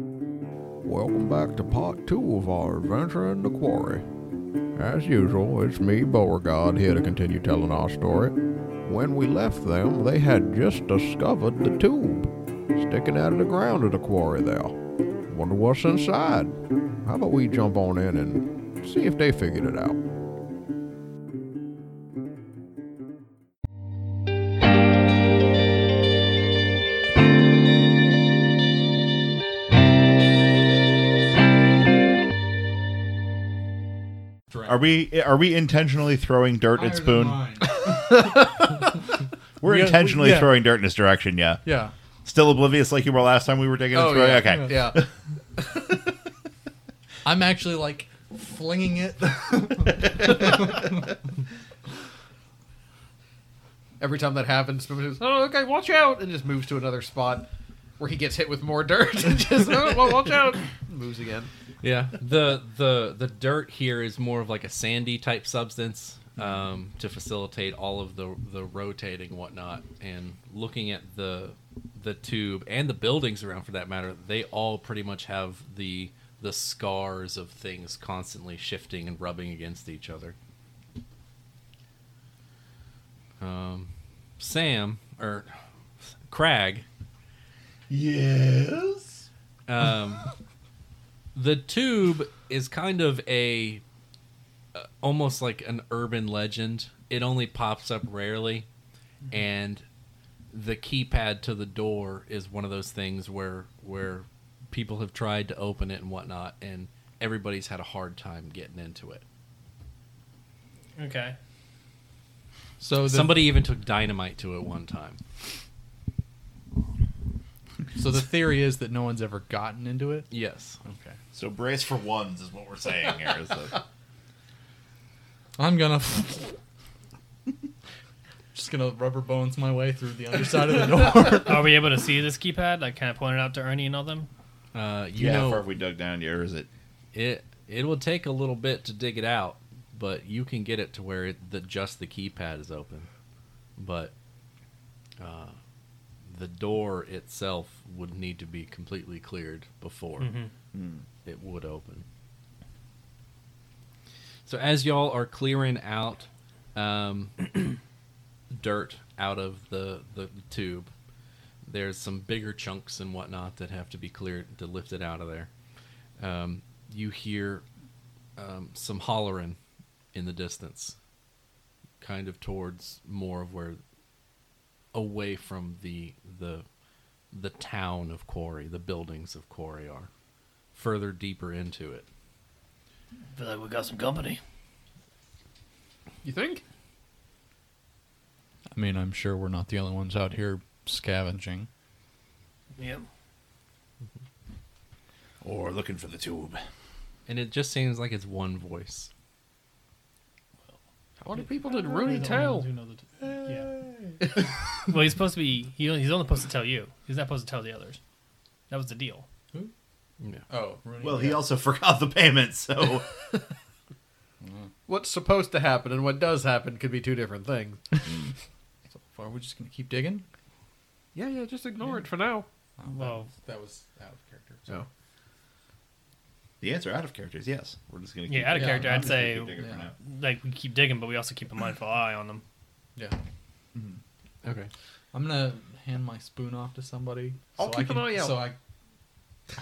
Welcome back to part two of our adventure in the quarry. As usual, it's me, Beauregard, here to continue telling our story. When we left them, they had just discovered the tube sticking out of the ground of the quarry there. Wonder what's inside. How about we jump on in and see if they figured it out? Are we are we intentionally throwing dirt at Spoon? We're Yeah, we- intentionally yeah. throwing dirt in this direction, yeah. Yeah. Still oblivious like you were last time we were digging and throwing? yeah. Oh, Okay. Yeah. I'm actually like flinging it. Every time that happens, Spoon says, "Oh, okay, watch out!" and just moves to another spot where he gets hit with more dirt. just oh, well, watch out! Moves again. Yeah, the the the dirt here is more of like a sandy type substance um, to facilitate all of the the rotating whatnot. And looking at the the tube and the buildings around, for that matter, they all pretty much have the the scars of things constantly shifting and rubbing against each other. Um, Sam or Crag Yes. um, the tube is kind of a uh, almost like an urban legend. It only pops up rarely, and the keypad to the door is one of those things where where people have tried to open it and whatnot, and everybody's had a hard time getting into it. Okay. So the, Somebody even took dynamite to it one time. So the theory is that no one's ever gotten into it. Yes. Okay. So brace for ones is what we're saying here. is that- I'm gonna just gonna rubber bones my way through the underside of the door. Are we able to see this keypad? Like, kind of point it out to Ernie and all them? Uh, you yeah, how know, far have we dug down here? Is it It it will take a little bit to dig it out, but you can get it to where it, the just the keypad is open. But uh, the door itself would need to be completely cleared before it would open. So as y'all are clearing out um, dirt out of the, the tube, there's some bigger chunks and whatnot that have to be cleared to lift it out of there. Um, you hear um, some hollering in the distance, kind of towards more of where, away from the the the town of Quarry, the buildings of Quarry are, further deeper into it. feel like we got some company. you think? I mean, I'm sure we're not the only ones out here scavenging. Yep. or looking for the tube? And it just seems like it's one voice. How many people did Rooney tell? Yeah. well, he's supposed to be. He, only- he's only supposed to tell you. He's not supposed to tell the others. That was the deal. Yeah. Oh, Rooney. Well, he also forgot the payment, so What's supposed to happen and what does happen could be two different things. So far, we're just gonna keep digging. Yeah, yeah, just ignore it for now. Well, That was out of character. No. the answer out of character is yes. We're just gonna keep yeah, out of Yeah, character, I'd say, keep digging for Yeah. now. like, we keep digging, but we also keep a mindful eye on them. Yeah. Mm-hmm. Okay. I'm gonna hand my spoon off to somebody. I'll keep I can, an eye out. So I. I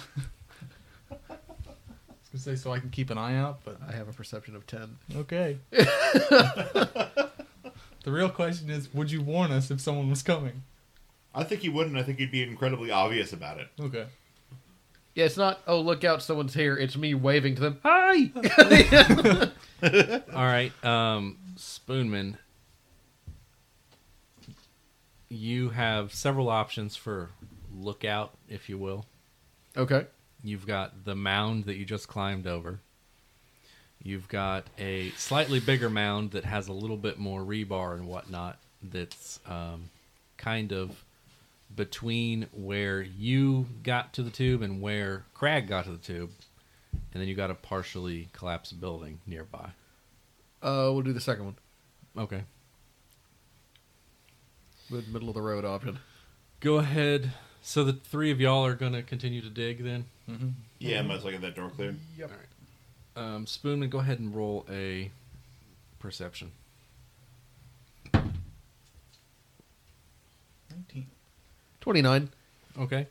was gonna say so I can keep an eye out, but I have a perception of 10. okay. the real question is, would you warn us if someone was coming? I think he wouldn't. I think he'd be incredibly obvious about it. Okay. Yeah, it's not, oh, look out, someone's here. It's me waving to them. Hi! All right, um, Spoonman. You have several options for lookout, if you will. okay. You've got the mound that you just climbed over. You've got a slightly bigger mound that has a little bit more rebar and whatnot that's um, kind of between where you got to the tube and where Crag got to the tube. And then you got a partially collapsed building nearby. Uh, we'll do the second one. Okay. The middle of the road option. Go ahead, So the three of y'all are gonna continue to dig then. Yeah, Mm-hmm. might as well get that door cleared. Yep. Um, Spoonman, go ahead and roll a perception. 19. 29. Okay.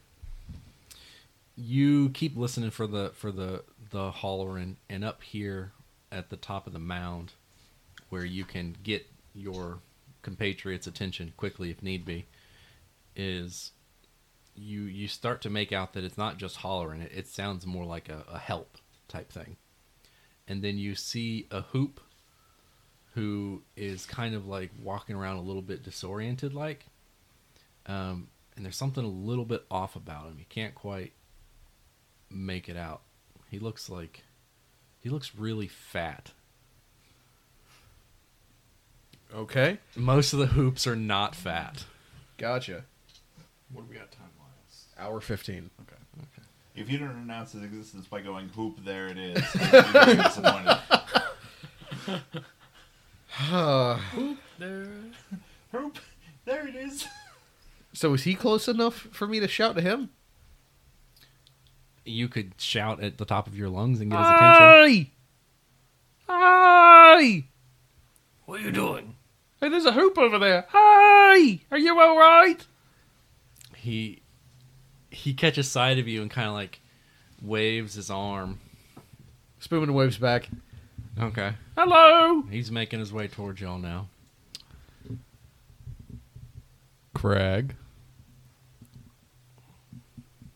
You keep listening for the for the the hollering, and up here at the top of the mound, where you can get your compatriots' attention quickly if need be, is you you start to make out that it's not just hollering; it, it sounds more like a, a help type thing. And then you see a hoop who is kind of like walking around a little bit disoriented, like um, and there's something a little bit off about him. He can't quite make it out. He looks like he looks really fat. Okay. Most of the hoops are not fat. Gotcha. What do we got time wise? Hour 15. If you don't announce his existence by going hoop, there it is. I'd be very disappointed. There. Hoop, there it is. so is he close enough for me to shout to him? You could shout at the top of your lungs and get his attention. Aye! Aye! What are you doing? Hey, there's a hoop over there. Aye! Are you alright? He he catches sight of you and kind of like waves his arm. Spoonman waves back. Okay. Hello! He's making his way towards y'all now. Crag.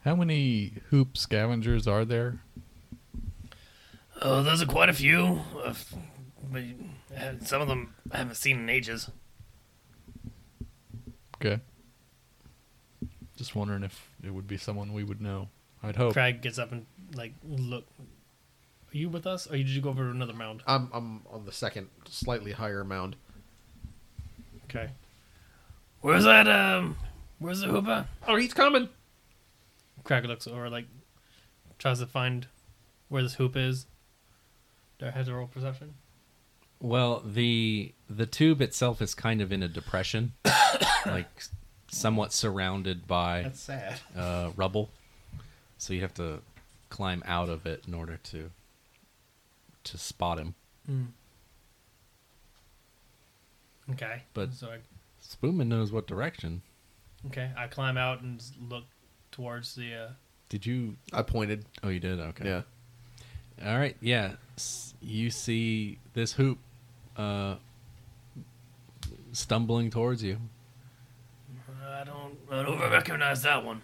How many hoop scavengers are there? Oh, those are quite a few. Uh, f- but uh, some of them I haven't seen in ages. Okay. Just wondering if it would be someone we would know. I'd hope. Crag gets up and like look. Are you with us, or did you go over to another mound? I'm, I'm on the second, slightly higher mound. Okay. Where's that? Um, where's the hooper? Oh, he's coming! Crack looks or like tries to find where this hoop is. Do I have to roll perception? Well, the the tube itself is kind of in a depression, like somewhat surrounded by That's sad. uh, rubble, so you have to climb out of it in order to to spot him. Okay. But- so I, Spoonman knows what direction. okay, I climb out and s- look towards the. Uh, Did you? I pointed. Oh, you did. Okay. Yeah. All right. Yeah. S- You see this hoop uh, stumbling towards you. I don't. I don't recognize that one.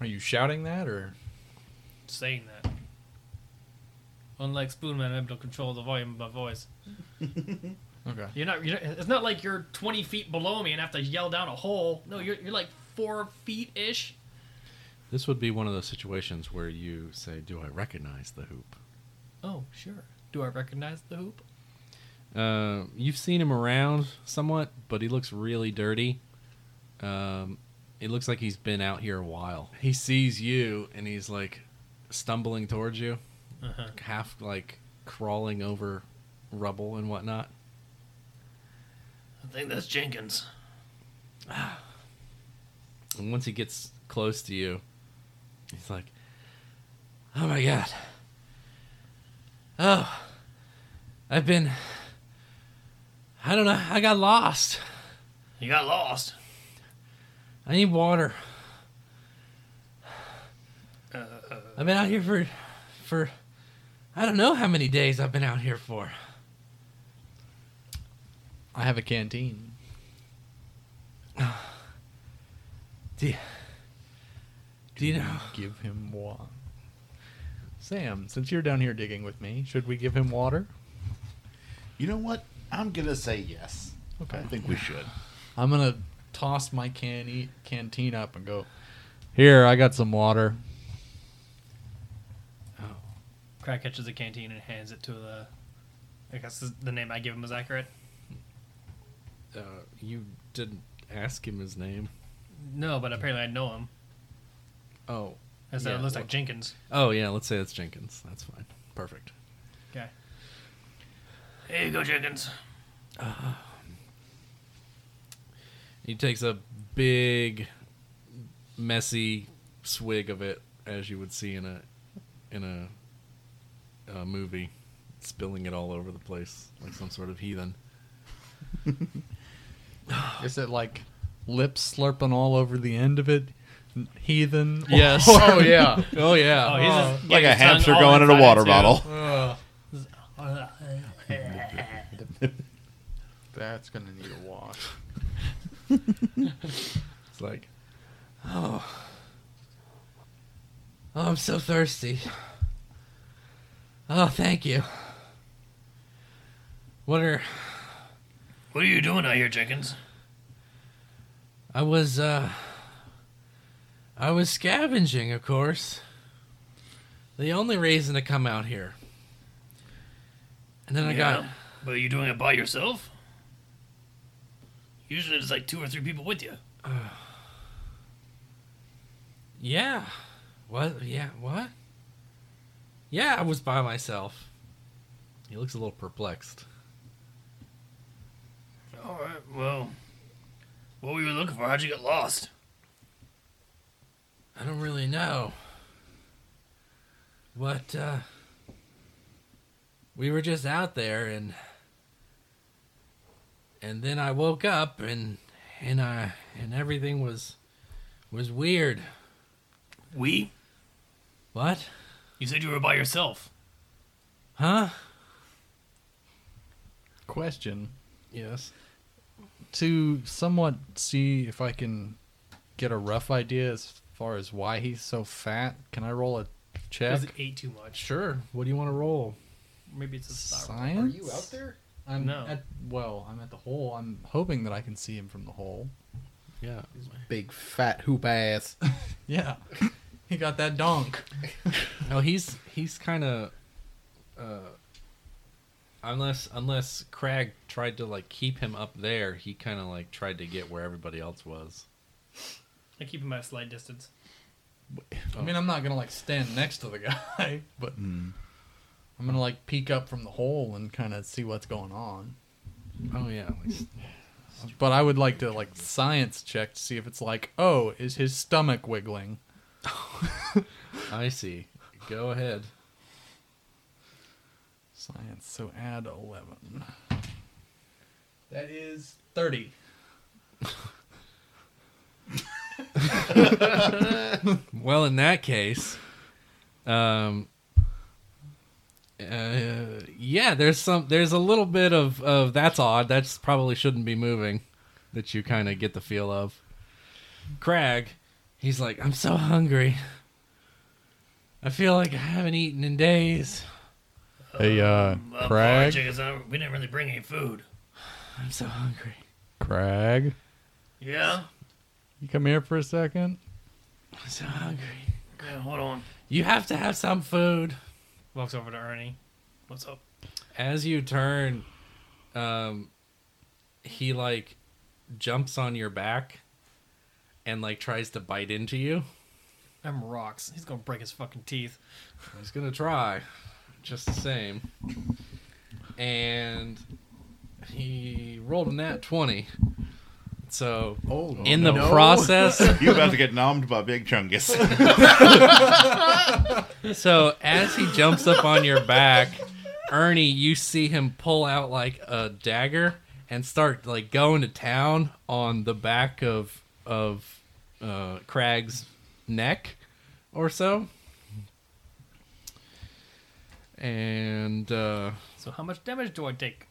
Are you shouting that or? Saying that. Unlike Spoonman, I'm able to control the volume of my voice. Okay. You're not, you're not. It's not like you're 20 feet below me and have to yell down a hole. No, you're you're like four feet ish. This would be one of those situations where you say, "Do I recognize the hoop?" Oh, sure. Do I recognize the hoop? Uh, you've seen him around somewhat, but he looks really dirty. Um, it looks like he's been out here a while. He sees you and he's like stumbling towards you, Uh-huh. half like crawling over rubble and whatnot. I think that's Jenkins. And once he gets close to you, he's like, "Oh my god! Oh, I've been. I don't know. I got lost. You got lost. I need water. I've been out here for, for, I don't know how many days I've been out here for. I have a canteen. Do you, do you know? Give him water. Sam, since you're down here digging with me, should we give him water? You know what? I'm gonna say yes. Okay. I think we should. I'm gonna toss my can eat canteen up and go. Here, I got some water. Crack catches a canteen and hands it to the. I guess the- the name I give him is accurate. Uh, you didn't ask him his name. No, but apparently I know him. Oh. I said Yeah, it looks well- like Jenkins. Oh yeah. Let's say it's Jenkins. That's fine. Perfect. Okay. Here you go, Jenkins. He takes a big, messy swig of it, as you would see in a in a, a movie, spilling it all over the place like some sort of heathen. Is it like lips slurping all over the end of it? Heathen? Yes. Oh yeah. Oh yeah. Oh, he's just, Like a his tongue hamster all going in a inside water its bottle. mouth. That's gonna need a wash. It's like, oh, oh, I'm so thirsty. Oh, thank you. What are What are you doing out here, Jenkins? I was uh I was scavenging, of course. The only reason to come out here. And then I got But are you doing it by yourself? Usually there's like two or three people with you. yeah. What yeah, what? Yeah, I was by myself. He looks a little perplexed. All right. Well, what were you looking for? How'd you get lost? I don't really know. But uh we were just out there and and then I woke up and and I and everything was was weird. We? What? You said you were by yourself. Huh? Question. Yes. to somewhat see if I can get a rough idea as far as why he's so fat, can I roll a check? Because it ate too much. Sure. What do you want to roll? Maybe it's a star. Science. Are you out there? I'm No. At, well, I'm at the hole. I'm hoping that I can see him from the hole. Yeah. Big fat hoop ass. Yeah. he got that donk. No, he's he's kind of uh unless unless Crag tried to like keep him up there, he kind of like tried to get where everybody else was. I keep him at a slight distance. I mean, I'm not gonna like stand next to the guy, but Hmm. I'm gonna like peek up from the hole and kind of see what's going on. Oh yeah. like, But I would like to like science check to see if it's like, oh, is his stomach wiggling? I see. Go ahead. Science. So add 11. That is 30. Well, in that case, um, uh, yeah, there's some, there's a little bit of, of that's odd. That's probably shouldn't be moving. That you kind of get the feel of. Crag, he's like, I'm so hungry. I feel like I haven't eaten in days. Hey, uh, Well, Crag, Jenkins, I don't- we didn't really bring any food. I'm so hungry. Crag, Yeah? you come here for a second. I'm so hungry. Yeah, hold on. You have to have some food. Walks over to Ernie. What's up? as you turn um he like jumps on your back and like tries to bite into you I'm rocks. He's gonna break his fucking teeth. he's gonna try just the same and he rolled a nat 20 so Oh, in the process You about to get nommed by Big Chungus. So as he jumps up on your back, Ernie, you see him pull out like a dagger and start like going to town on the back of of uh, Crag's neck or so. And uh, So, how much damage do I take?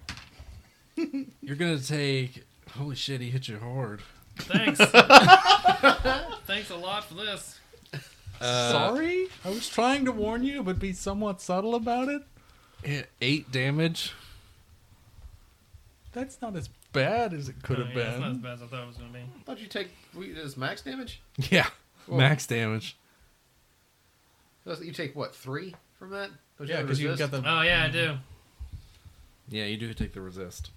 you're gonna take. Holy shit! He hit you hard. Thanks. Thanks a lot for this. Sorry? Uh, I was trying to warn you, but be somewhat subtle about it. Hit eight damage. That's not as bad as it could No, have Oh, yeah, It's not as been. bad as I thought it was gonna be. Thought you take we- is max damage? Yeah, max damage. Doesn't- You take what three from that? Don't Yeah, have a because you've got resist? the. Oh yeah, I do. Yeah, you do take the resist.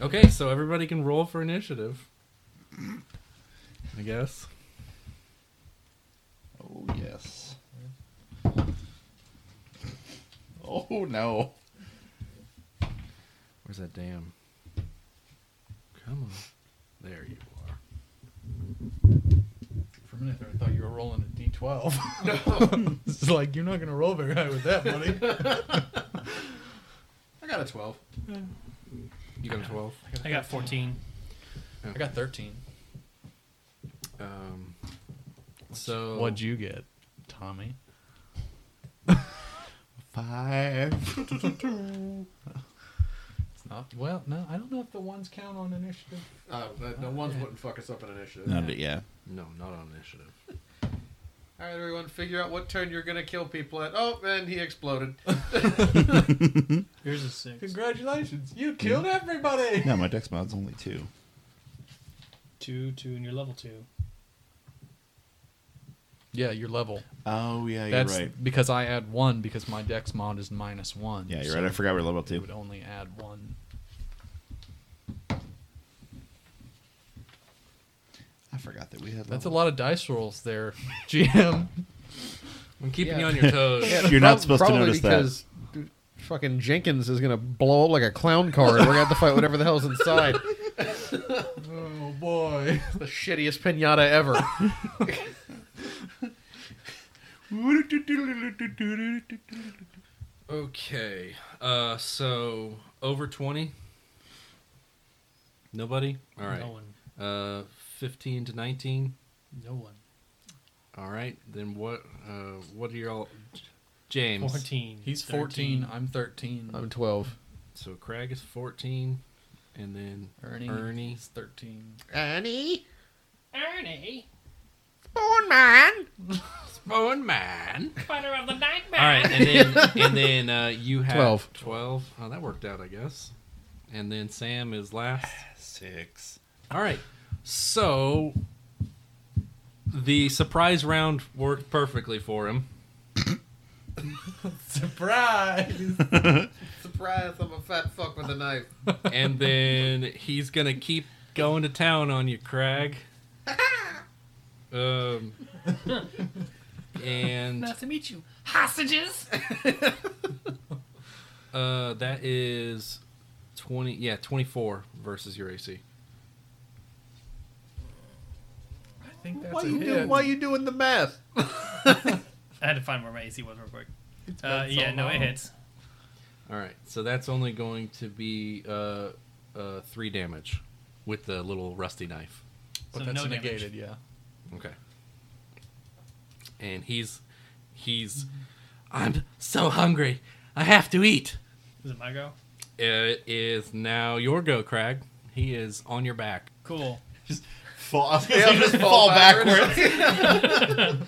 Okay, so everybody can roll for initiative. I guess. Oh yes. Oh no. Oh, Where's that damn? Come on. There you are. For a minute there, I thought you were rolling a d12. No. it's like, you're not going to roll very high with that, buddy. I got a 12. You got a 12? I got 14. I got 13. Um, so. What'd you get, Tommy? Five. It's not. Well, no, I don't know if the ones count on initiative. Uh, the, the ones wouldn't fuck us up in initiative. No, but yeah. No, not on initiative. All right, everyone, figure out what turn you're going to kill people at. Oh, and he exploded. Yours is six. Congratulations, you killed everybody. No, my dex mod's only two. Two, two, and you're level two. Yeah, your level. Oh yeah, you're That's right. because I add one because my dex mod is minus one. Yeah, you're so right. I forgot we're level It two. would only add one. I forgot that we had. That's a lot of dice rolls there, GM. I'm keeping Yeah. you on your toes. You're not supposed to Probably notice that. because dude, fucking Jenkins is going to blow up like a clown car and we're going to have to fight whatever the hell's inside. oh boy. the shittiest pinata ever. Okay. Uh, so over twenty. Nobody. All right. No one. Uh, fifteen to nineteen. No one. All right. Then what? Uh, what are y'all? James. 14. He's Uh, 13. 14. I'm 13. I'm 12. So Craig is fourteen, and then Ernie, Ernie. is 13. Annie? Ernie, Born man! Spoon Man. fighter of the night All right, and then and then uh, you have 12. Twelve. Oh, that worked out, I guess. And then Sam is last. Six. All right. So the surprise round worked perfectly for him. Surprise! Surprise, I'm a fat fuck with a knife. and then he's gonna keep going to town on you, Crag. Um, and to meet you. Hostages? uh, that is twenty. Yeah, twenty-four versus your AC. I think that's Why a you, hit. do, why you doing the math? I had to find where my AC was real quick. Uh, yeah, no, it hits. All right, so that's only going to be uh, uh, three damage with the little rusty knife. But So that's no damage. negated, yeah. Okay. And he's he's I'm so hungry. I have to eat. Is it my go? It is now your go, Crag. He is on your back. Cool. Fall. I was gonna say just fall backwards.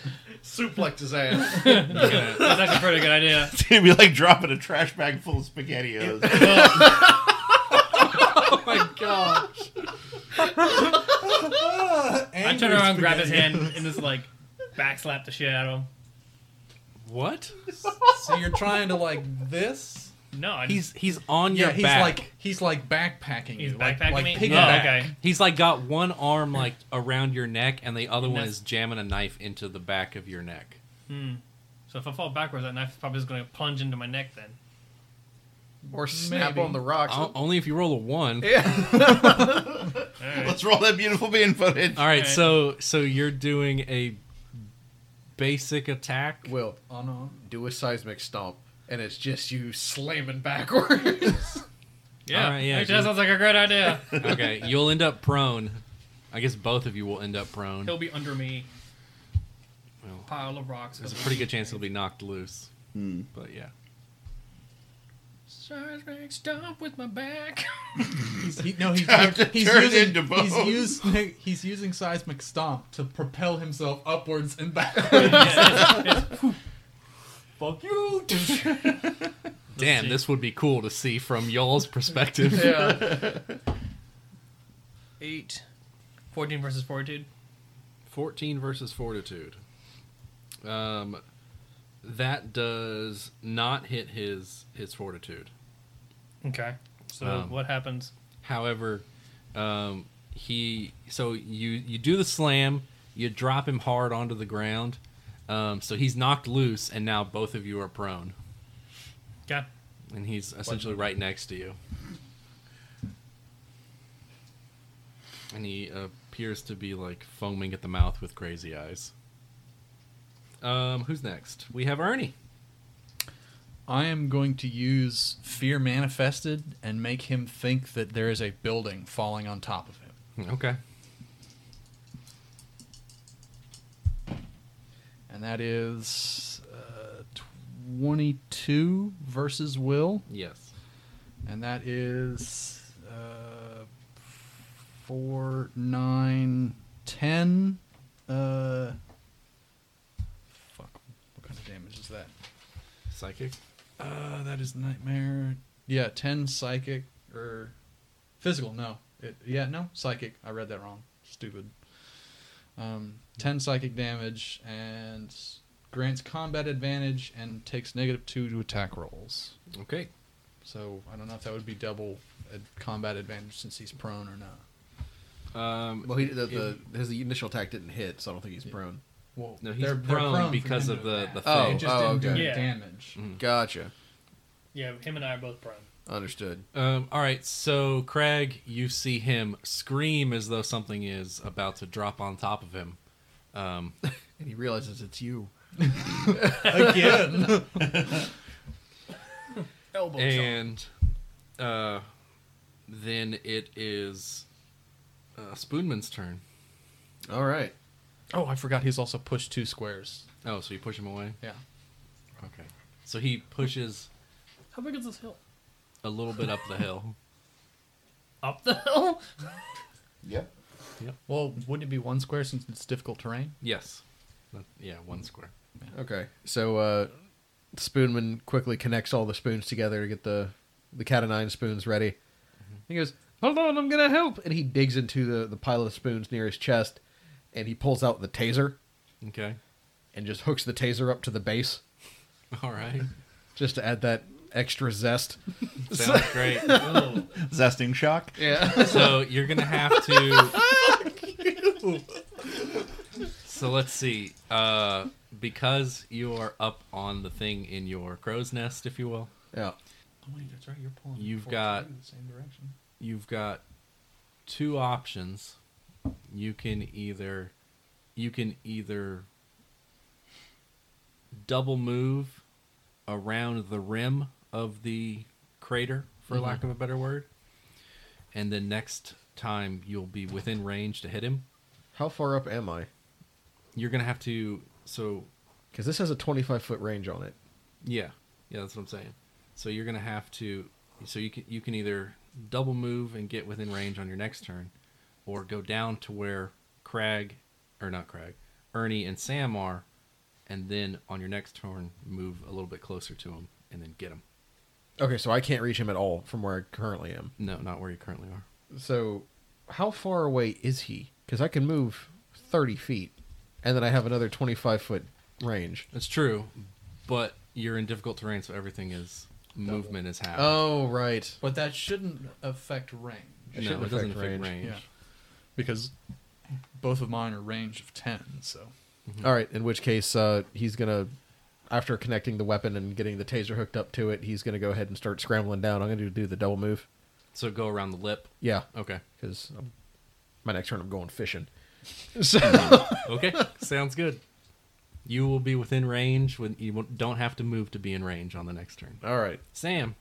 Suplex his ass. That's actually a pretty good idea. It's gonna be like dropping a trash bag full of spaghettios. Oh my god. I turn around, grab his hand, and just like backslap the shit out of him. What? So you're trying to like this? No, I He's just, he's on your yeah, he's back. like he's like backpacking he's, you, like, backpacking like me. piggyback. Oh, okay. He's like got one arm like around your neck and the other one That's- is jamming a knife into the back of your neck. So if I fall backwards, that knife is probably just going to plunge into my neck then. or snap Maybe. on the rocks. O- only if you roll a one. Let's roll that beautiful bean footage. All right, Alright. so so you're doing a basic attack. Will, Oh no. do a seismic stomp, and it's just you slamming backwards. Yeah, Alright, yeah, Actually, that dude. sounds like a great idea. Okay, you'll end up prone. I guess both of you will end up prone. He'll be under me. Well. Pile of rocks. There's a pretty good chance he'll be knocked loose. Hmm. But yeah. Seismic stomp with my back. He's, he, no, he's, Time to he's turn using into he's bones. using he's using seismic stomp to propel himself upwards and backwards. Fuck you! Damn, this would be cool to see from y'all's perspective. yeah. Eight. 14 versus fortitude. 14 versus fortitude. Um that does not hit his his fortitude. Okay. So Um, what happens? However, um, he so you you do the slam, you drop him hard onto the ground, um, so he's knocked loose, and now both of you are prone, Okay. and he's essentially right next to you. and he uh, appears to be like foaming at the mouth with crazy eyes. Um, who's next? We have Ernie. I am going to use fear manifested and make him think that there is a building falling on top of him. Okay. And that is uh, 22 versus Will. Yes. And that is uh, 4, 9, 10. Uh, fuck. What kind of damage is that? Psychic. Uh, that is nightmare. Yeah, ten psychic or physical. No, it, yeah, no psychic. I read that wrong. Stupid. Um, ten psychic damage and grants combat advantage and takes negative two to attack rolls. Okay. So I don't know if that would be double uh, combat advantage since he's prone or not. Um, Well, he, the, the, his initial attack didn't hit, so I don't think he's prone. Well, No, he's prone for because him of to the- attack. the They thing. just Oh, didn't okay. do any Yeah. damage. Gotcha. Yeah, him and I are both prone. Understood. um, all right. So Craig, you see him scream as though something is about to drop on top of him. Um, And he realizes it's you. Again, Elbow and uh, then it is uh, Spoonman's turn. All right. oh, I forgot he's also pushed two squares. Oh, so you push him away. Yeah. Okay. So he pushes How big is this hill? a little bit up the hill. Up the hill? Yep. Well, wouldn't it be one square since it's difficult terrain? Yes. That- Yeah, one square. Okay. So uh, Spoonman quickly connects all the spoons together to get the the cat of nine spoons ready. Mm-hmm. He goes, "Hold on, I'm gonna help!" And he digs into the the pile of spoons near his chest, and he pulls out the taser Okay. and just hooks the taser up to the base All right. just to add that extra zest. Sounds great. Oh, Zesting shock. Yeah. So you're gonna have to. so let's see. Uh, because you are up on the thing in your crow's nest, if you will, yeah. wait, that's right. You're pulling. You've forward got- in the same direction. you've got two options. You can either, you can either double move around the rim of the crater, for Mm-hmm. lack of a better word, and then next time you'll be within range to hit him. How far up am I? You're gonna have to. So Because this has a 25 foot range on it. yeah, yeah, that's what I'm saying. So you're gonna have to. So you can you can either double move and get within range on your next turn, or go down to where Crag, or not Crag, Ernie and Sam are, and then on your next turn move a little bit closer to him and then get him. Okay, so I can't reach him at all from where I currently am. No, not where you currently are. So, how far away is he? Because I can move 30 feet, and then I have another 25 foot range. That's true, but you're in difficult terrain, so everything is movement is happening. Oh, right. But that shouldn't affect range it no, shouldn't it doesn't affect affect range. range. Yeah. because both of mine are range of ten. So Mm-hmm. All right, in which case, uh, he's going to, after connecting the weapon and getting the taser hooked up to it, he's going to go ahead and start scrambling down. I'm going to do the double move. So go around the lip. Yeah, Okay. because my next turn I'm going fishing. Okay, sounds good. You will be within range when you won't- don't have to move to be in range on the next turn. All right. Sam,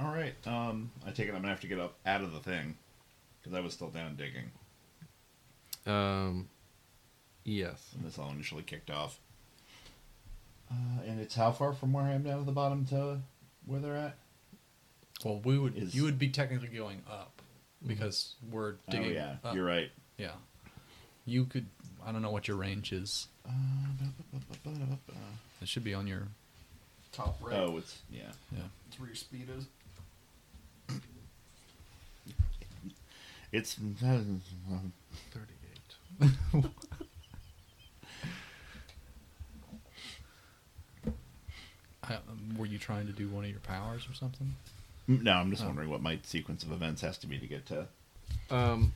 All right. Um, I take it I'm gonna have to get up out of the thing because I was still down digging um, yes, when this all initially kicked off. Uh, and it's how far from where I am down at the bottom to where they're at? well, we would Is- you would be technically going up because we're digging. oh yeah, Uh, up. you're right. Yeah, you could. I don't know what your range is. Uh, It should be on your. Top right. oh, it's yeah. Yeah. That's where your speed is. It's mm, thirty-eight. I, um, were you trying to do one of your powers or something? no. I'm just wondering what my sequence of events has to be to get to. Um,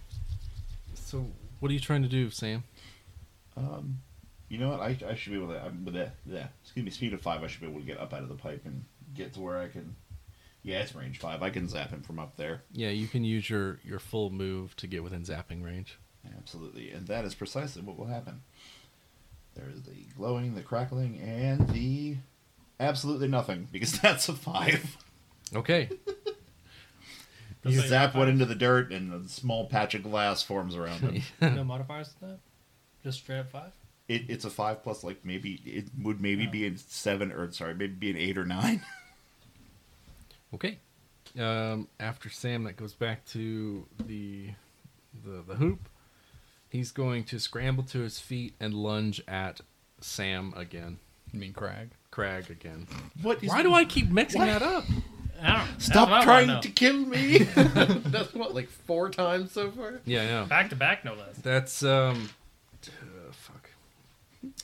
so what are you trying to do, Sam? Um, you know what? I, I should be uh, able to. I'm with that. Yeah. Excuse me. Speed of five. I should be able to get up out of the pipe and get to where I can Yeah, it's range five. I can zap him from up there. Yeah, you can use your your full move to get within zapping range. Absolutely, and that is precisely what will happen. There is the glowing, the crackling, and the absolutely nothing because that's a five. Okay. You Doesn't zap one matter. into the dirt, and a small patch of glass forms around him. no modifiers to that? Just straight up five? it, it's a five plus, like maybe it would maybe be a seven or sorry, maybe be an eight or nine. okay. Um, after Sam, that goes back to the the the hoop. He's going to scramble to his feet and lunge at Sam again. You mean Crag? Crag again. What? Is, Why do I keep mixing What? that up? I don't, stop trying to kill me? That's what, like four times so far? Yeah, yeah. Back to back, no less. That's um, uh, fuck.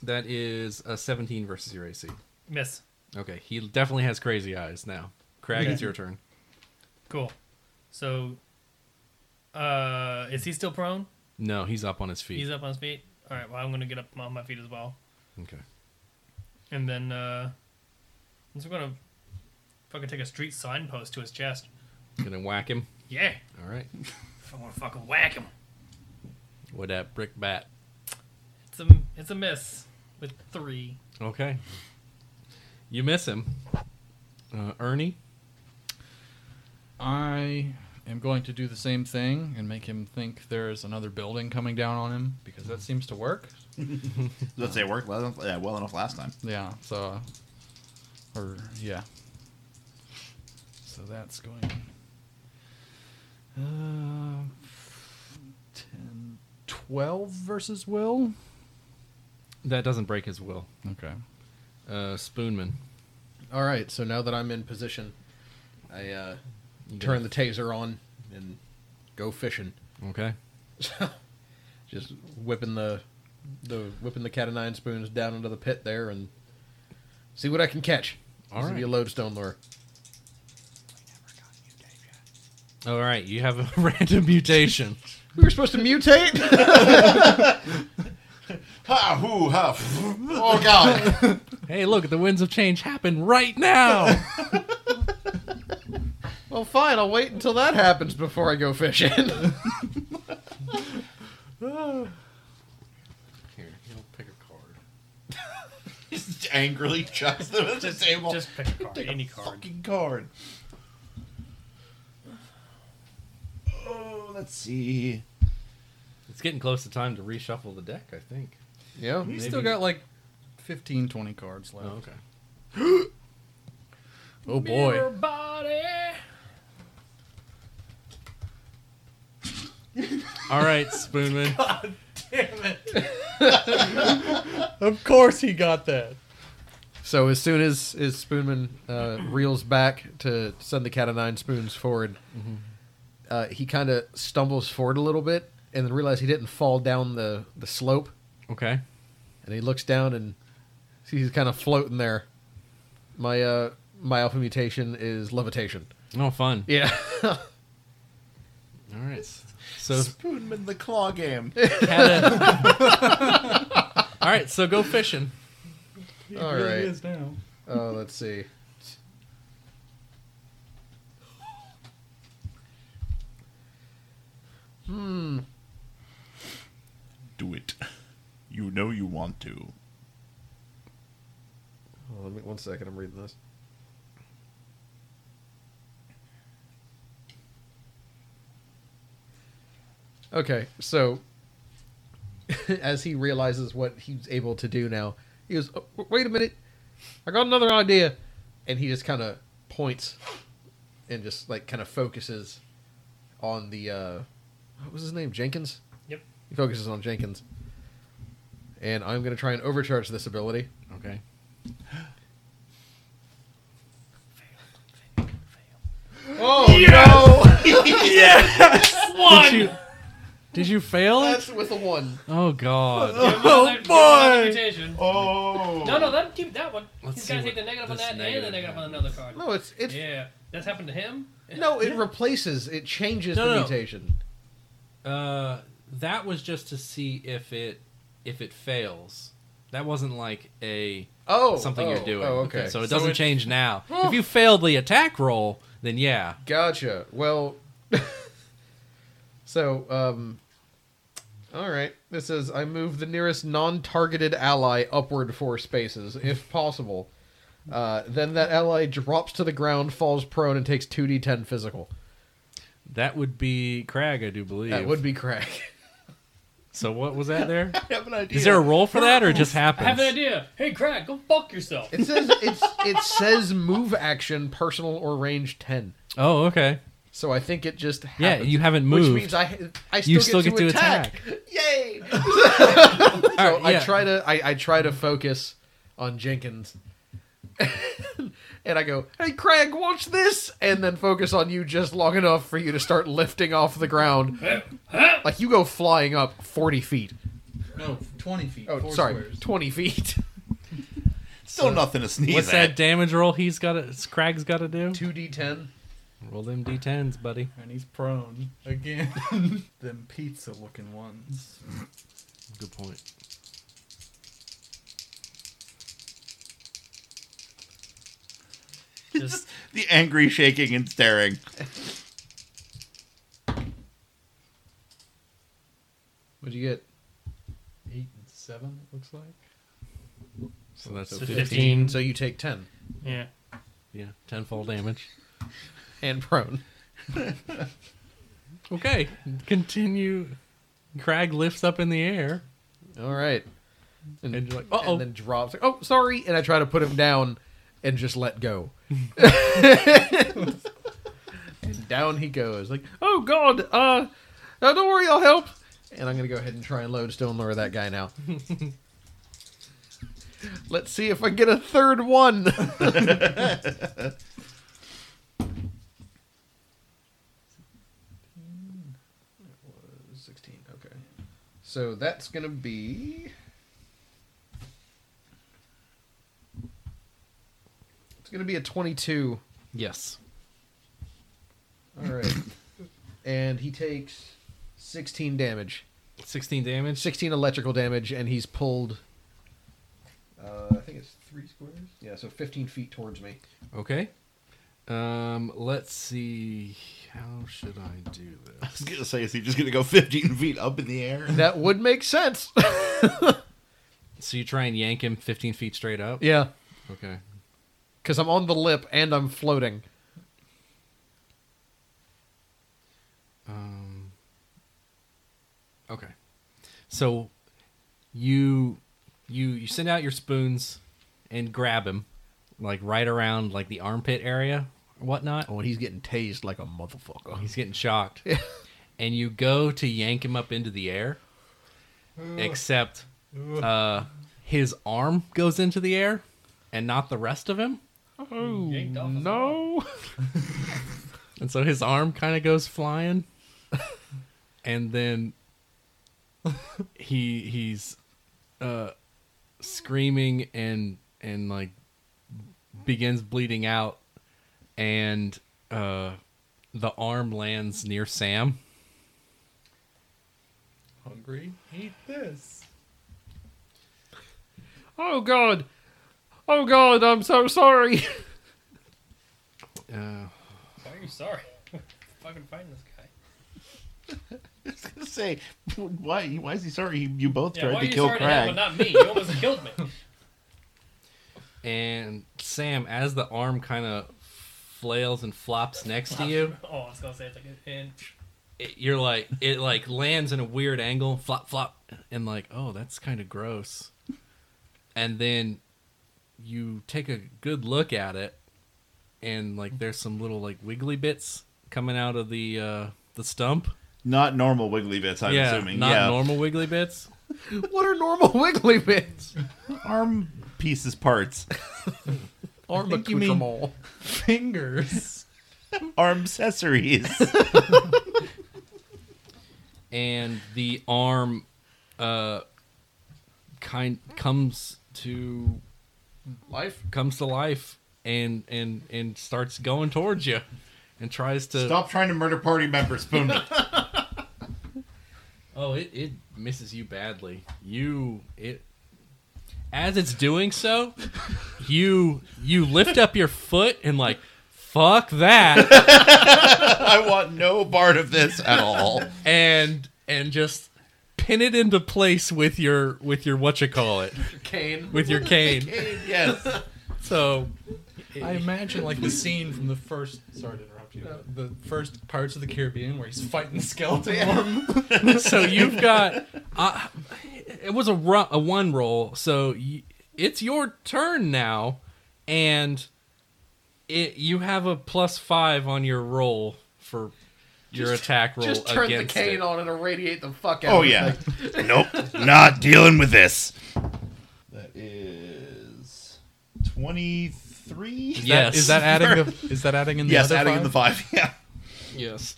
That is a 17 versus your AC. Miss. Okay, he definitely has crazy eyes now. Crag, it's your turn. Cool. So, uh, is he still prone? No, he's up on his feet. He's up on his feet. All right. Well, I'm gonna get up on my feet as well, Okay. and then uh, I'm just gonna fucking take a street signpost to his chest. Gonna whack him. Yeah. All right. I want to fucking whack him. With that brick bat. It's a it's a miss with three. Okay. You miss him. Uh, Ernie? I am going to do the same thing and make him think there is another building coming down on him because that seems to work. Let's say it worked well enough, uh, well enough last time. Yeah, so. Or, yeah. So that's going. Uh, 10, 12 versus Will? That doesn't break his will. Okay. Uh, Spoonman. All right, so now that I'm in position, I uh, You turn the taser on and go fishing. got- Okay. Just whipping the the whipping the cat of nine spoons down into the pit there and see what I can catch. All This will be a right. lodestone lure. All right, you have a random mutation. We were supposed to mutate. Ha hoo ha! Oh god! hey, look, the winds of change happen right now! well, fine. I'll wait until that happens before I go fishing. Here, you'll pick a card. Just angrily chucks them at the table. Just pick a card, Take any a card. fucking card. Oh, let's see. It's getting close to time to reshuffle the deck, I think. yeah. He's still got like 15, 20 cards left. Oh, okay. Oh, boy. Everybody. All right, Spoonman. Of course he got that. So as soon as as Spoonman uh, reels back to send the cat of nine spoons forward, uh, he kind of stumbles forward a little bit and then realizes he didn't fall down the the slope. Okay. And he looks down and sees he's kind of floating there. My uh my alpha mutation is levitation. Oh, fun. Yeah. All right. So Spoonman the claw game. All right, so go fishing. All right. now. Oh, let's see. Do it. You know you want to. Hold on, one second. I'm reading this. Okay, so as he realizes what he's able to do now, he goes, "Oh, w- "Wait a minute, I got another idea," and he just kind of points and just like kind of focuses on the uh, what was his name, Jenkins. Yep. He focuses on Jenkins, and I'm gonna try and overcharge this ability. Okay. Oh Did you, did you fail no, it? that's with a one. Oh god. Oh boy. Oh! No, no, let him keep that one. Let's He's see got to what take the negative on this that and the negative negative on happens. another card. No, it's it's Yeah, that's happened to him. no, it replaces, it changes No, the no. mutation. Uh, that was just to see if it if it fails. That wasn't like a Oh, something oh, you're doing. Oh, okay. So it So doesn't it- change now. If you failed the attack roll, then yeah, Gotcha. Well, so, um, all right. This says I move the nearest non targeted ally upward four spaces, if possible. Uh, then that ally drops to the ground, falls prone, and takes 2d10 physical. that would be Crag, I do believe. That would be crack. So what was that there? I have an idea. Is there a role for that, or it just I happens? have an idea. Hey, Craig, go fuck yourself. It says it's it says move action, personal or range 10. Oh, okay. So I think it just Yeah, happens. you haven't Which moved. means I I still, you still get, to attack. Yay! All right, So I yeah. try to I, I try to focus on Jenkins. and I go, "Hey Craig, watch this." And then focus on you just long enough for you to start lifting off the ground. like you go flying up 40 feet. No, 20 feet. Oh, four sorry, squares. 20 feet. Still nothing to sneeze What's at. that damage roll he's got? to Crag's got to do. 2d10. Roll them d10s, buddy. And he's prone again. Them pizza looking ones. Good point. Just The angry shaking and staring. What'd you get? Eight and seven, it looks like. So that's So 15. 15. So you take 10 yeah. Yeah, tenfold damage. and prone. Okay, continue. Crag lifts up in the air. All right. And, And you're like, "Uh-oh." and then drops. Oh, sorry. And I try to put him down and just let go. and down he goes. Like, oh god, uh, uh, don't worry, I'll help. And I'm gonna go ahead and try and load stone lure that guy now. Let's see if I get a third one. Sixteen. Okay. So that's gonna be. It's gonna be a twenty-two. Yes. All right. and he takes 16 damage. 16 damage. 16 electrical damage, and he's pulled. Uh, I think it's three squares. Yeah, so 15 feet towards me. Okay. Um, let's see. How should I do I this? was gonna say, is he just gonna go 15 feet up in the air? That would make sense. So you try and yank him 15 feet straight up? yeah, Okay. because I'm on the lip and I'm floating. Um, okay. So you you you send out your spoons and grab him, like right around like the armpit area, or whatnot. Oh, and he's getting tased like a motherfucker. He's getting shocked. and you go to yank him up into the air, except uh, his arm goes into the air and not the rest of him. Yanked off his no. And so his arm kind of goes flying. and then he he's uh, screaming and and like begins bleeding out and uh, the arm lands near Sam. Hungry? Eat this. Oh, God. Oh, God, I'm so sorry. Uh, Why are you sorry? Fucking find this guy. I was gonna say, why? Why is he sorry? You, you both Yeah, why tried are to you kill sorry to him Craig. but not me? You almost killed me. And Sam, as the arm kind of flails and flops next to you, Oh, I was gonna say it's like a hand. it, you're like it like lands in a weird angle, flop flop, and like oh that's kind of gross. And then you take a good look at it, and like there's some little like wiggly bits coming out of the uh, the stump. Not normal wiggly bits. I'm yeah, assuming. not yeah, normal wiggly bits. what are normal wiggly bits? arm pieces, parts, Arm think you mean- accoutrement. Fingers. arm accessories. and the arm uh kind comes to life comes to life and and and starts going towards you and tries to Stop trying to murder party members, Spoon. oh it, it misses you badly you it as it's doing so you you lift up your foot and like fuck that, I want no part of this at all. and and just pin it into place with your with your what you call it Kane. with your cane. yes. So I imagine like the scene from the first. Sorry to interrupt you. but The first Pirates of the Caribbean where he's fighting the skeleton worm. so you've got uh, it was a, ru- a one roll so y- it's your turn now and it you have a plus five on your roll for your attack roll Just turn the against cane it. on and irradiate the fuck out. Oh of the yeah. thing. nope. Not dealing with this. That is twenty-three. Yeah. Yes. Is that adding the? Is that adding in the yes, other adding five? in the five. Yeah. yes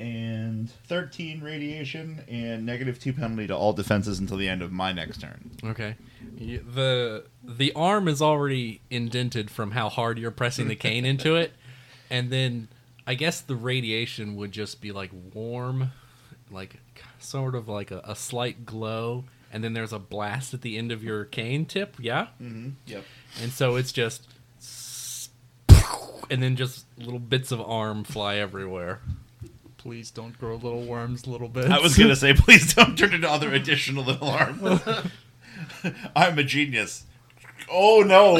And thirteen radiation and negative two penalty to all defenses until the end of my next turn. okay Y- the the arm is already indented from how hard you're pressing the cane into it and then i guess the radiation would just be like warm like sort of like a, a slight glow and then there's a blast at the end of your cane tip yeah Mm-hmm. Yep. and so it's just and then just little bits of arm fly everywhere Please don't grow little worms, little bits. I was gonna say, please don't turn into other additional alarm. I'm a genius. Oh no!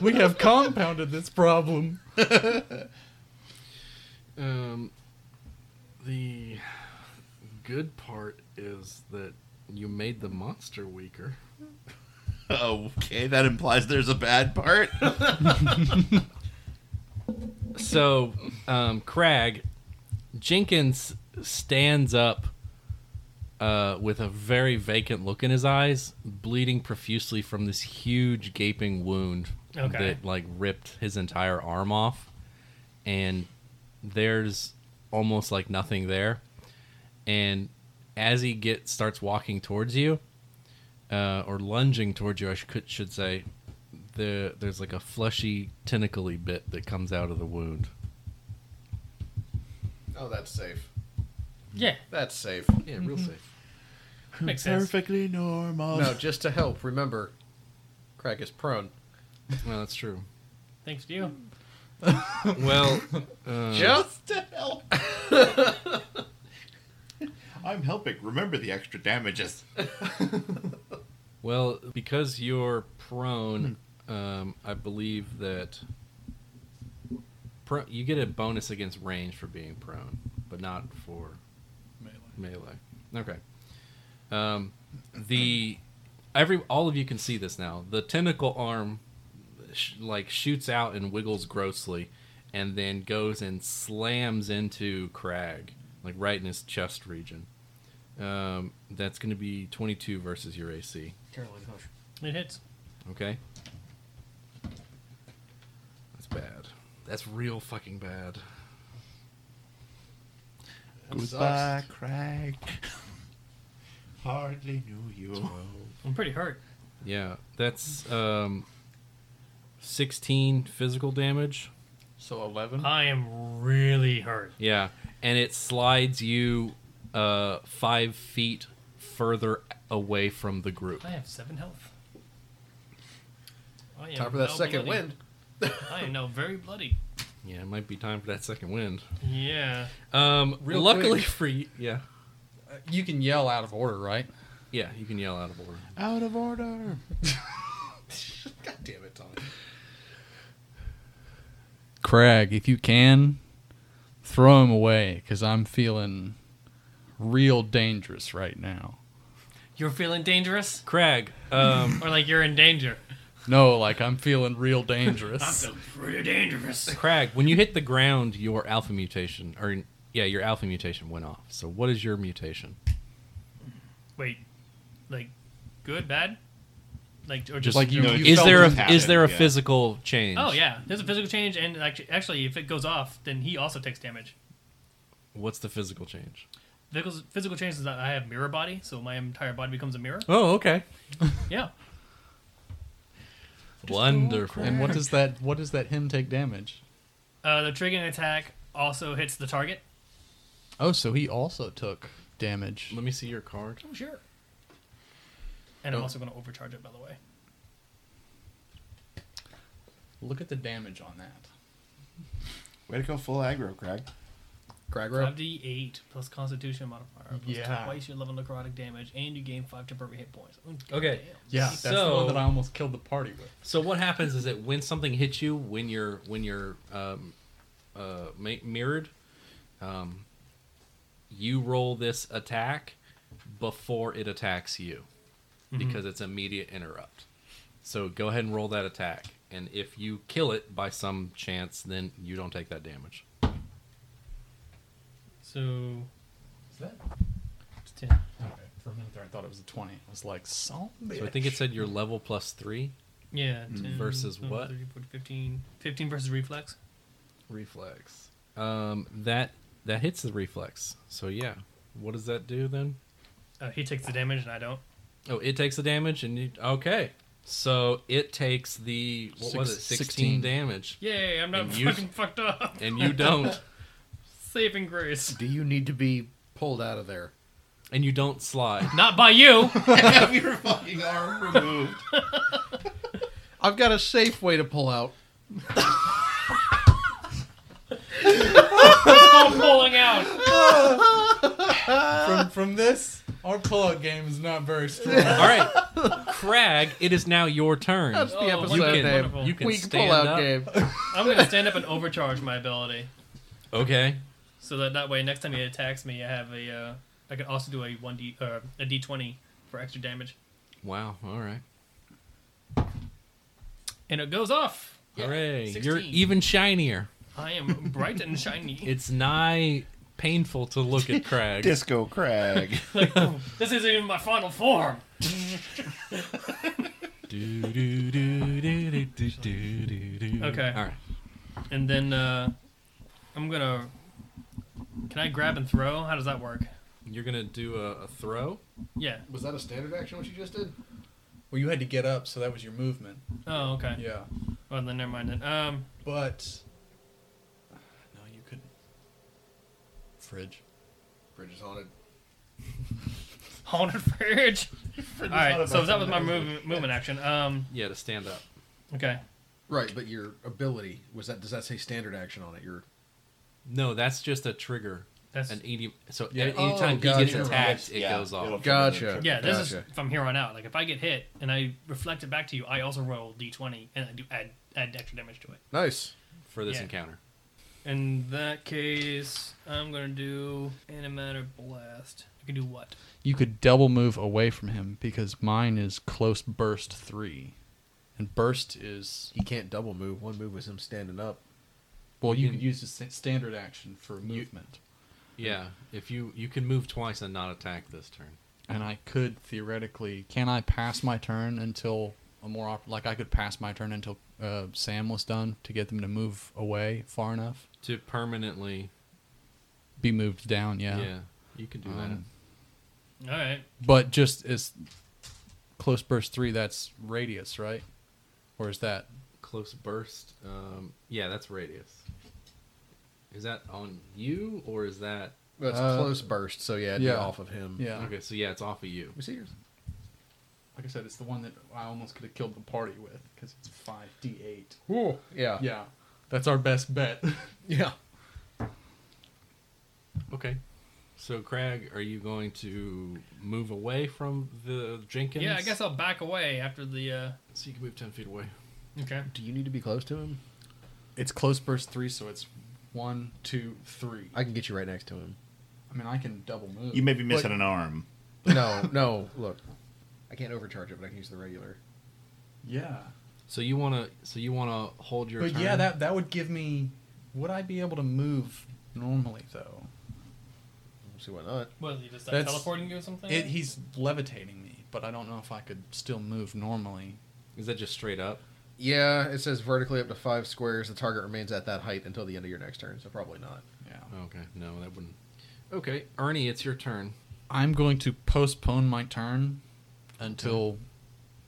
we have compounded this problem. Um, the good part is that you made the monster weaker. Okay, that implies there's a bad part. So, um, Crag Jenkins stands up uh, with a very vacant look in his eyes, bleeding profusely from this huge gaping wound Okay. that like ripped his entire arm off, and there's almost like nothing there. And as he gets starts walking towards you, uh, or lunging towards you, I should, should say, the there's like a fleshy tentacly bit that comes out of the wound. Oh, that's safe. Yeah, That's safe. Yeah, real Mm-hmm. safe. makes sense. Perfectly normal. No, just to help. Remember, Craig is prone. Well, that's true. Thanks to you. Well, uh, Just to help. I'm helping. Remember the extra damages. well, because you're prone, um, I believe that pro- you get a bonus against range for being prone, but not for melee. Okay. Um, the every all of you can see this now. The tentacle arm sh- like shoots out and wiggles grossly, and then goes and slams into Crag, like right in his chest region. Um, that's going to be 22 versus your AC. It hits. Okay. That's bad. That's real fucking bad. Goodbye, Craig. Hardly knew you. I'm pretty hurt. Yeah, that's um, 16 physical damage. So eleven. I am really hurt. Yeah, and it slides you uh, five feet further away from the group. I have seven health. I am time for that now second bloody. wind. I am now very bloody. Yeah, it might be time for that second wind. Yeah. Um, Real luckily quick. for you, yeah, You can yell out of order, right? yeah, you can yell out of order. Out of order. God damn it, Tom. Craig, if you can, throw him away because I'm feeling real dangerous right now. You're feeling dangerous? Crag, um, Or like you're in danger? No, like I'm feeling real dangerous. pretty dangerous. Crag, when you hit the ground, your alpha mutation, or yeah, your alpha mutation went off. So what is your mutation? Wait, like good, bad? Like or Just just like you- No, you it is felt there a it happen, is there a yeah. physical change? Oh yeah, there's a physical change, and actually, actually, if it goes off, then he also takes damage. What's the physical change? Physical, physical change is that I have mirror body, so my entire body becomes a mirror. Oh, okay. Yeah, Wonderful. and what does that? What does that him take damage? uh, the triggering attack also hits the target. Oh, so he also took damage. Let me see your card. Oh sure. And I'm Oh. also going to overcharge it, by the way. Look at the damage on that. Way to go full aggro, Craig. Cragro. 5d8 plus constitution modifier. Plus Yeah. Twice your level of necrotic damage, and you gain 5 temporary hit points. Oh, Okay. damn. Yeah, that's the So- one that I almost killed the party with. So what happens is that when something hits you, when you're when you're um, uh, ma- mirrored, um, you roll this attack before it attacks you, Mm-hmm. because it's immediate interrupt. So go ahead and roll that attack, and if you kill it by some chance, then you don't take that damage. So, Is that? it's 10. Okay. For a minute there, I thought it was a 20. I was like, son of a So I bitch." think it said your level plus three Yeah, 10. Mm, Versus what? 30, 40, 15. 15 versus reflex. reflex. Um, that that hits the reflex. So yeah, what does that do then? Uh, he takes the damage, and I don't. Oh, it takes the damage, and you, okay, so it takes the what was it, Six- sixteen 16. damage, Yay, I'm not And you- fucking fucked up. and you don't, Saving grace. Do you need to be pulled out of there? and you don't slide. Not by you. Have your fucking arm removed. I've got a safe way to pull out. I'm pulling out. from from this, our pull-out game is not very strong. All right, Crag, it is now your turn. That's the Oh, episode you can, name. wonderful. you can Weak stand pullout up. game. I'm gonna stand up and overcharge my ability, Okay, so that that way next time he attacks me, I have a. Uh, I can also do a one d uh, a d twenty for extra damage, wow, all right, and it goes off. hooray! You're 16. even shinier. I am bright and shiny. It's nigh painful to look at Crag. Disco Craig. oh, this isn't even my final form. Do, do, do, do, do, do, do, do, do. Okay. all right. And then uh, I'm gonna. Can I grab and throw? How does that work? You're gonna do a, a throw. Yeah. Was that a standard action? What you just did? Well, you had to get up, so that was your movement. Oh, okay. Yeah, Well, then never mind then. Um, but no, you couldn't. Fridge. Bridge is haunted. haunted fridge. All right. So that was my move, movement action. Um. Yeah, to stand up. Okay. Right, but your ability was that? Does that say standard action on it? Your No, that's just a trigger. That's an ED. So Yeah. any Oh, anytime gotcha. he gets attacked, it Yeah, goes it'll off. gotcha. Yeah, this Gotcha. is from here on out. Like if I get hit and I reflect it back to you, I also roll d20 and I do add add extra damage to it. nice. for this Yeah. encounter. In that case, I'm gonna do animator blast. I can do what? You could double move away from him because mine is close burst three, and burst is He can't double move. One move was him standing up. well. You You- could use the sta- standard action for movement, Yeah, if you you can move twice and not attack this turn. and I could theoretically. Can I pass my turn until a more op- like I could pass my turn until uh, Sam was done to get them to move away far enough, To permanently, be moved down. yeah, Yeah. you can do Um, All right. But just as close burst three, that's radius, right? Or is that that. Close burst. Um, yeah, that's radius. Is that on you or is that? That's Uh, close burst. So yeah, it'd be yeah. off of him. yeah? Okay, so yeah, it's off of you. Let me see yours. Like I said, it's the one that I almost could have killed the party with because it's five d eight. Ooh, yeah. Yeah, that's our best bet. Yeah. Okay. So Crag, are you going to move away from the Jenkins? Yeah, I guess I'll back away after the. uh So you can move ten feet away. Okay. Do you need to be close to him? it's close burst three, so it's one, two, three. I, I can get you right next to him. mean, I can double move. You may be missing an arm. No, no. Look, I can't overcharge it, but I can use the regular. yeah, So you wanna, so you wanna hold your. but turn? yeah, that that would give me. Would I be able to move normally though? See why not? What is he just That's- teleporting you or something? It, he's levitating me, but I don't know if I could still move normally. is that just straight up? Yeah, it says vertically up to five squares. The target remains at that height until the end of your next turn, so probably not. Yeah. Oh, Okay, no, that wouldn't. Okay, Ernie, it's your turn. I'm going to postpone my turn until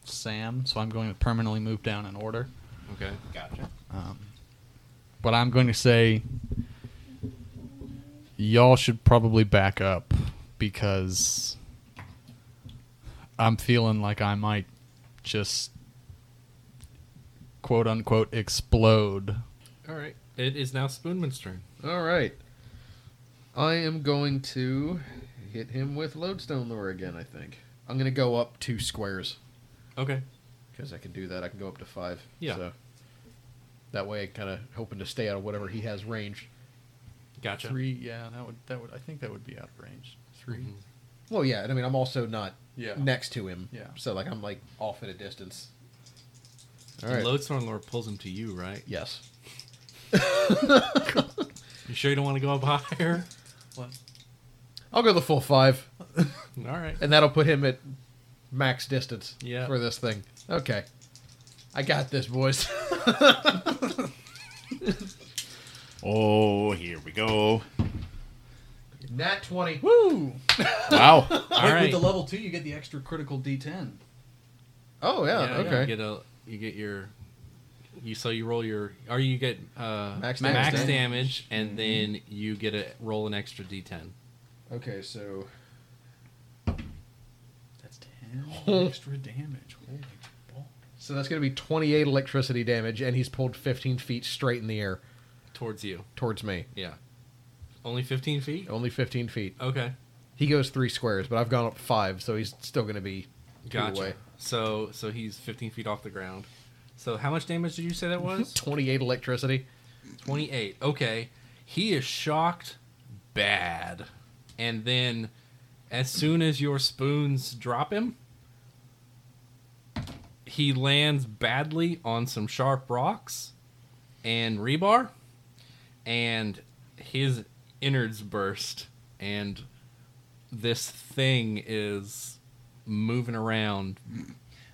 Sam, so I'm going to permanently move down in order. Okay. Gotcha. Um, but I'm going to say, y'all should probably back up because I'm feeling like I might just quote unquote explode. All right. It is now Spoonman's turn. All right. I am going to hit him with lodestone lure again. I think I'm going to go up two squares Okay. because I can do that. I can go up to five. Yeah. So that way, kind of hoping to stay out of whatever he has range. Gotcha. Three, yeah, that would that would I think that would be out of range. 3 Mhm. Well, yeah, and I mean I'm also not Yeah. next to him. Yeah. So like I'm like off at a distance. All Right. right. Lodestone Lord pulls him to you, right? yes. You sure you don't want to go up higher? I'll go the full five, All right. and that'll put him at max distance. Yeah. For this thing. Okay. I got this, boys. Oh, here we go. Nat twenty. Woo! Wow. All right. With the level two, you get the extra critical D10. Oh yeah. Yeah, okay. You get a. You get your. You so you roll your or you get uh, Max max, damage. damage, and then you get a roll an extra d10. Okay, so That's ten extra damage. Holy ball! so that's going to be 28 electricity damage, and he's pulled 15 feet straight in the air towards you. towards me. Yeah. Only 15 feet? Only 15 feet. Okay. He goes three squares, but I've gone up five, so he's still going to be. away. Gotcha. So so he's 15 feet off the ground. So how much damage did you say that was? 28 electricity. 28. Okay. He is shocked bad. And then as soon as your spoons drop him, he lands badly on some sharp rocks and rebar and his innards burst and this thing is moving around.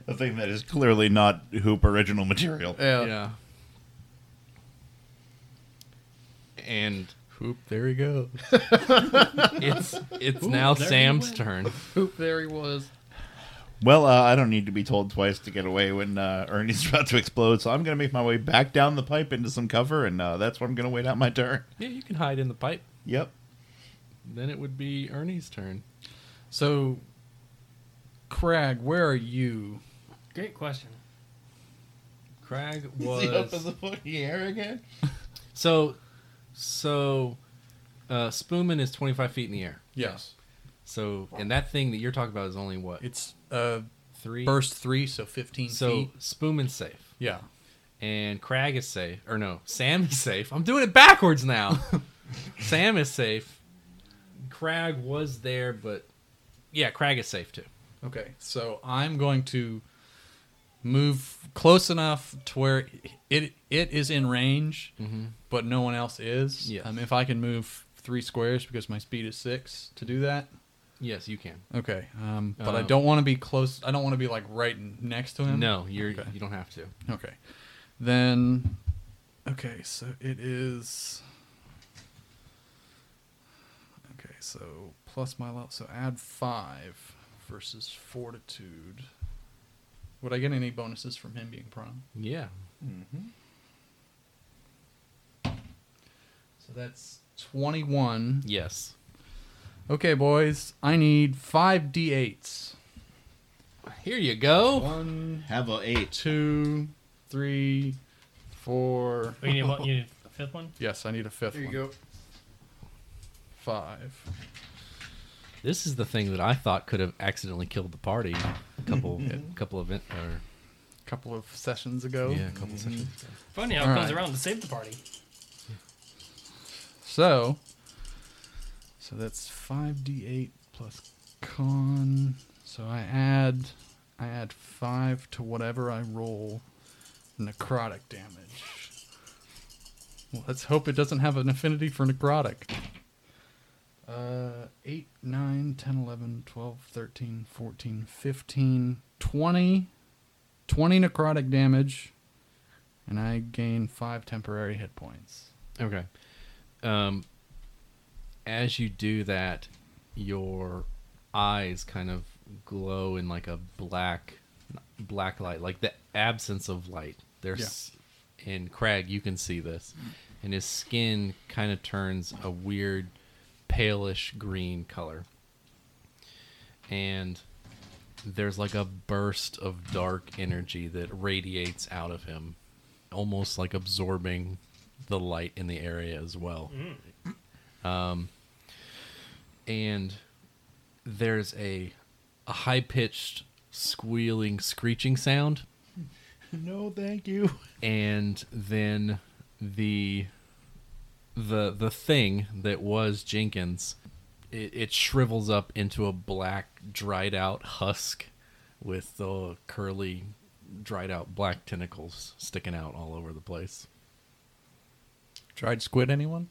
a thing that is clearly not Hoop original material. yeah. And Whoop! There he goes. it's it's now there he Sam's went. turn. Oop, there he was. Well, uh, I don't need to be told twice to get away when uh, Ernie's about to explode, so I'm going to make my way back down the pipe into some cover, and uh, that's where I'm going to wait out my turn. Yeah, you can hide in the pipe. Yep. Then it would be Ernie's turn. So, Crag, where are you? Great question. Crag Is he up in was the fucking air again? so so. Uh, Spoonman is twenty five feet in the air. Yes, So and that thing that you're talking about is only what it's uh three. burst three, so fifteen So feet. Spoonman's safe Yeah. and Crag is safe or no Sam is safe. I'm doing it backwards now. Sam is safe. Crag was there, but yeah, Crag is safe too. Okay. So I'm going to move close enough to where it it is in range, but no one else is. Mm-hmm. Yes. Um, if I can move three squares because my speed is six to do that. Yes, you can. Okay. Um, but I Um, don't want to be close. I don't want to be like right next to him. No, you're Okay. you don't have to. Okay. Then okay, so it is Okay, so plus my level so add 5 versus fortitude. Would I get any bonuses from him being prone? Yeah. So that's 21. Yes. Okay, boys, I need 5 d8s. Here you go. One, Have a eight. two, three, four. Oh, you need one, you need a fifth one. Yes, I need a fifth There you one. go. 5. This is the thing that I thought could have accidentally killed the party a couple couple event or couple of sessions ago. yeah, a couple sessions. Funny how it All comes right. around to save the party. So, so that's five d eight plus con. So I add, I add five to whatever I roll, necrotic damage. Well, let's hope it doesn't have an affinity for necrotic. Uh, 8, 9, 10, 11, 12, 13, 14, 15, 20, 20 necrotic damage, and I gain 5 temporary hit points. Okay. Um, as you do that, your eyes kind of glow in like a black, black light, like the absence of light. There's, and Crag, you can see this, and his skin kind of turns a weird, palish green color. And there's like a burst of dark energy that radiates out of him, almost like absorbing the light in the area as well. Um, and there's a, a high pitched, squealing, screeching sound No, thank you. and then the the the thing that was Jenkins, it, it shrivels up into a black, dried out husk with the curly, dried out black tentacles sticking out all over the place. Tried squid, anyone?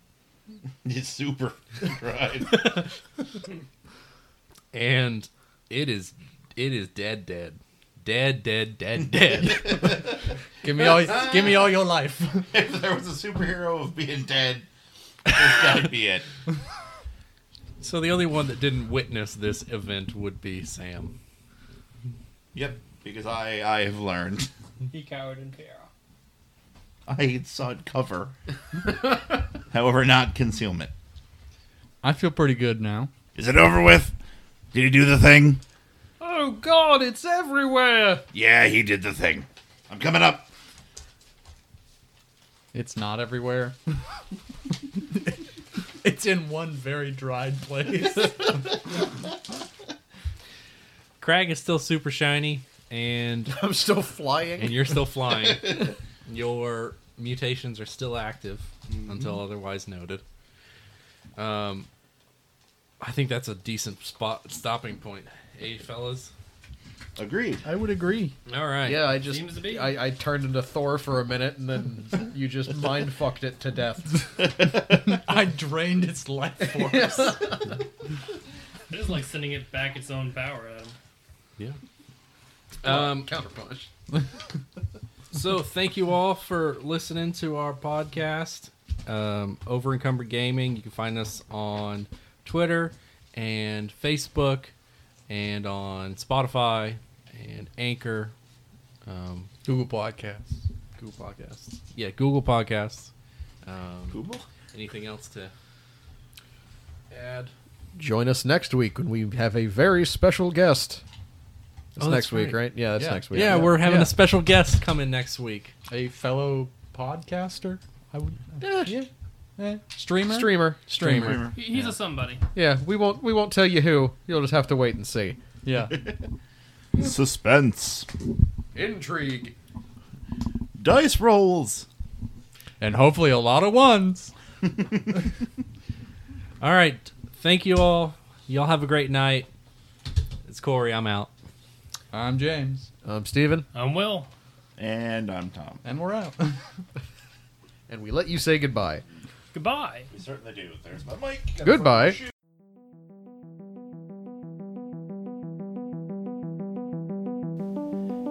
It's super dried. And it is it is dead, dead, dead, dead, dead, dead. Give me all, give me all your life. if there was a superhero of being dead, that's gotta be it. so the only one that didn't witness this event would be Sam. Yep, because I I have learned. He cowered in fear. I sought cover, however, not concealment. I feel pretty good now. Is it over with? Did he do the thing? Oh God, it's everywhere. Yeah, he did the thing. I'm coming up. It's not everywhere. it's in one very dried place. Crag is still super shiny, and I'm still flying. and you're still flying. Your mutations are still active until otherwise noted. Um, I think that's a decent spot stopping point, eh, fellas? Agreed. I would agree. All right. Yeah, I just Seems to be. I, I turned into Thor for a minute, and then you just mind fucked it to death. I drained its life force. It is like sending it back its own power at him. Yeah. Um, Counterpunch. so thank you all for listening to our podcast um, over encumbered gaming you can find us on twitter and facebook and on spotify and anchor um, Google Podcasts. google podcasts yeah google podcasts um, Google? anything else to add Join us next week when we have a very special guest. It's Oh, that's next week, right. right? Yeah, that's Yeah. next week. yeah, we're having Yeah. a special guest coming next week A fellow podcaster. I would. yeah. Eh, Streamer. streamer. Streamer. He- He's a somebody. Yeah, we won't we won't tell you who. You'll just have to wait and see. Yeah. Suspense. Intrigue. Dice rolls. and hopefully a lot of ones. all right thank you all y'all have a great night it's corey i'm out I'm James, I'm Steven, I'm Will. And I'm Tom. and we're out. and we let you say goodbye. Goodbye. We certainly do. There's my mic. Goodbye.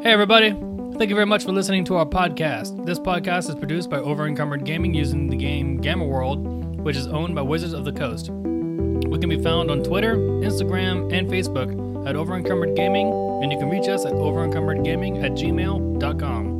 Hey, everybody. Thank you very much for listening to our podcast. This podcast is produced by Overencumbered Gaming using the game Gamma World, which is owned by Wizards of the Coast. We can be found on Twitter, Instagram, and Facebook at Overencumbered Gaming, and you can reach us at overencumberdgaming at gmail.com.